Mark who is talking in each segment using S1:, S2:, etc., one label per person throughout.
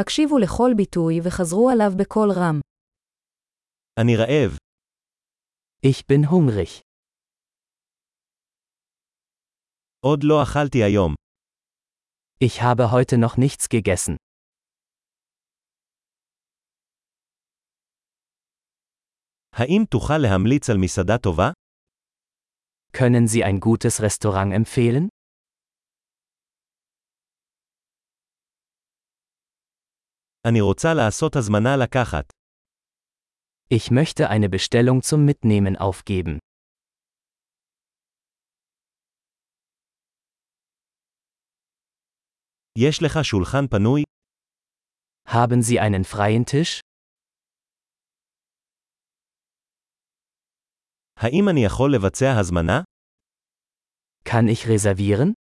S1: הקשיבו לכל ביטוי וחזרו עליו בקול רם.
S2: אני רעב.
S3: Ich bin hungrig.
S2: עוד לא אכלתי היום.
S3: Ich habe heute noch nichts gegessen.
S2: האם תוכל להמליץ על מסעדה טובה?
S3: Können Sie ein gutes Restaurant empfehlen?
S2: אני רוצה לעשות הזמנה לקחת.
S3: Ich möchte eine Bestellung zum Mitnehmen aufgeben.
S2: יש לך שולחן פנוי?
S3: Haben Sie einen freien Tisch?
S2: האם אני יכול לבצע הזמנה?
S3: Kann ich reservieren?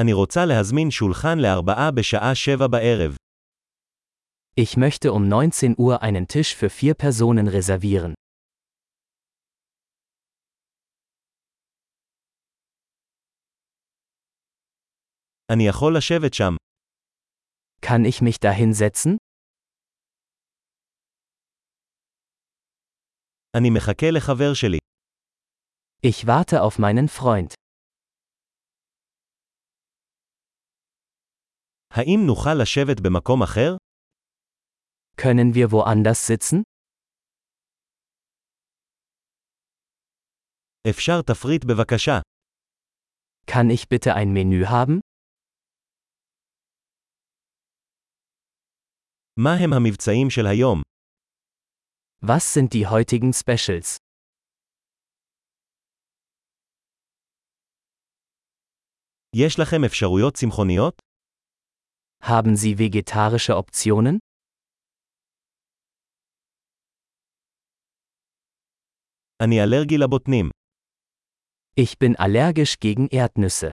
S2: אני רוצה להזמין שולחן לארבעה בשעה שבע בערב.
S3: Ich möchte um 19 Uhr einen Tisch für vier Personen reservieren.
S2: אני יכול לשבת שם.
S3: Kann ich mich da hinsetzen?
S2: אני מחכה לחבר שלי.
S3: Ich warte auf meinen Freund.
S2: האם נוכל לשבת במקום אחר?
S3: Können wir woanders sitzen?
S2: אפשר תפריט בבקשה.
S3: Kann ich bitte ein Menü haben?
S2: מה הם המבצעים של היום?
S3: Was sind die heutigen Specials?
S2: יש לכם אפשרויות צמחוניות?
S3: Haben Sie vegetarische Optionen?
S2: אני אלרגי לבוטנים.
S3: Ich bin allergisch gegen Erdnüsse.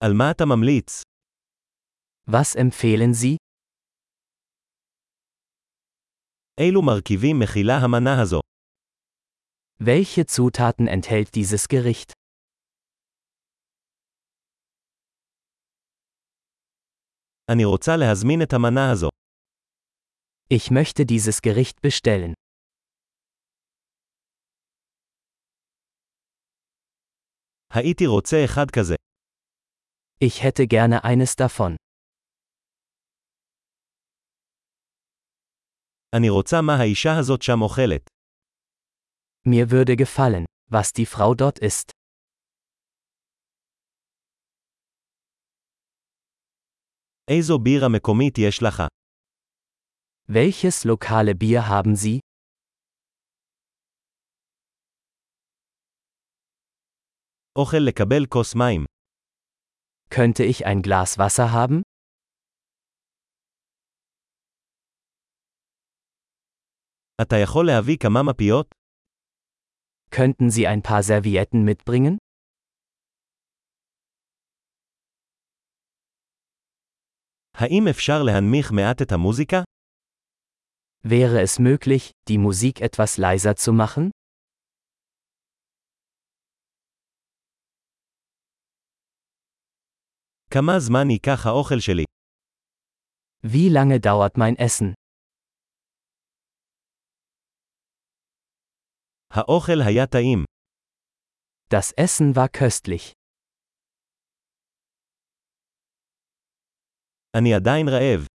S2: על מה אתה ממליץ?
S3: Was empfehlen Sie?
S2: אילו מרכיבים מכילה המנה הזו?
S3: Welche Zutaten enthält dieses Gericht?
S2: אני רוצה להזמין את המנה הזו.
S3: Ich möchte dieses Gericht bestellen.
S2: הייתי רוצה אחד כזה.
S3: Ich hätte gerne eines davon.
S2: אני רוצה מה האישה הזאת שם אוכלת.
S3: Mir würde gefallen, was die Frau dort isst.
S2: איזו בירה מקומית יש לך?
S3: Welches lokale Bier haben Sie?
S2: אוכל לקבל כוס מים.
S3: Könnte ich ein Glas Wasser haben?
S2: אתה יכול להביא כמה מפיות?
S3: Könnten Sie ein paar Servietten mitbringen?
S2: האם אפשר להנמיך מעט את המוזיקה?
S3: Wäre es möglich, die Musik etwas leiser zu machen?
S2: כמה זמן ייקח האוכל שלי?
S3: Wie lange dauert mein Essen?
S2: האוכל היה טעים.
S3: Das Essen war köstlich.
S2: אני עדיין רעב.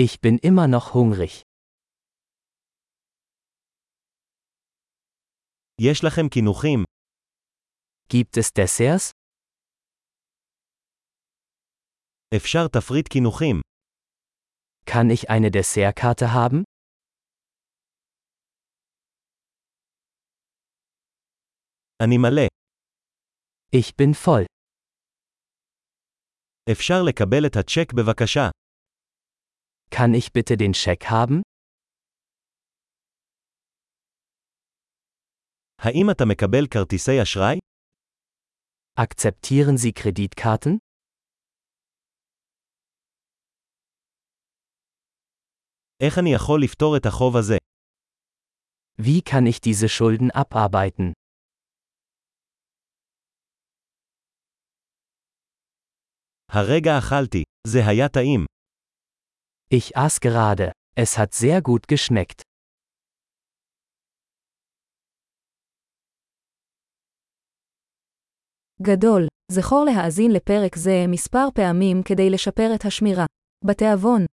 S3: Ich bin immer noch hungrig.
S2: יש לכם קינוחים?
S3: Gibt es Desserts?
S2: אפשר תפריט קינוחים.
S3: Kann ich eine Dessertkarte haben?
S2: אני מלא.
S3: Ich bin voll.
S2: אפשר לקבל את הצ'ק בבקשה.
S3: Kann ich bitte den Scheck haben?
S2: האם אתה מקבל כרטיסי אשראי?
S3: Akzeptieren Sie Kreditkarten?
S2: איך אני יכול לפתור את החוב הזה?
S3: Wie kann ich diese Schulden abarbeiten?
S2: הרגע אכלתי. זה היה טעים.
S3: Ich aß gerade. Es hat sehr gut geschmeckt.
S1: גדול. זכור להאזין לפרק זה מספר פעמים כדי לשפר את השמירה. בתיאבון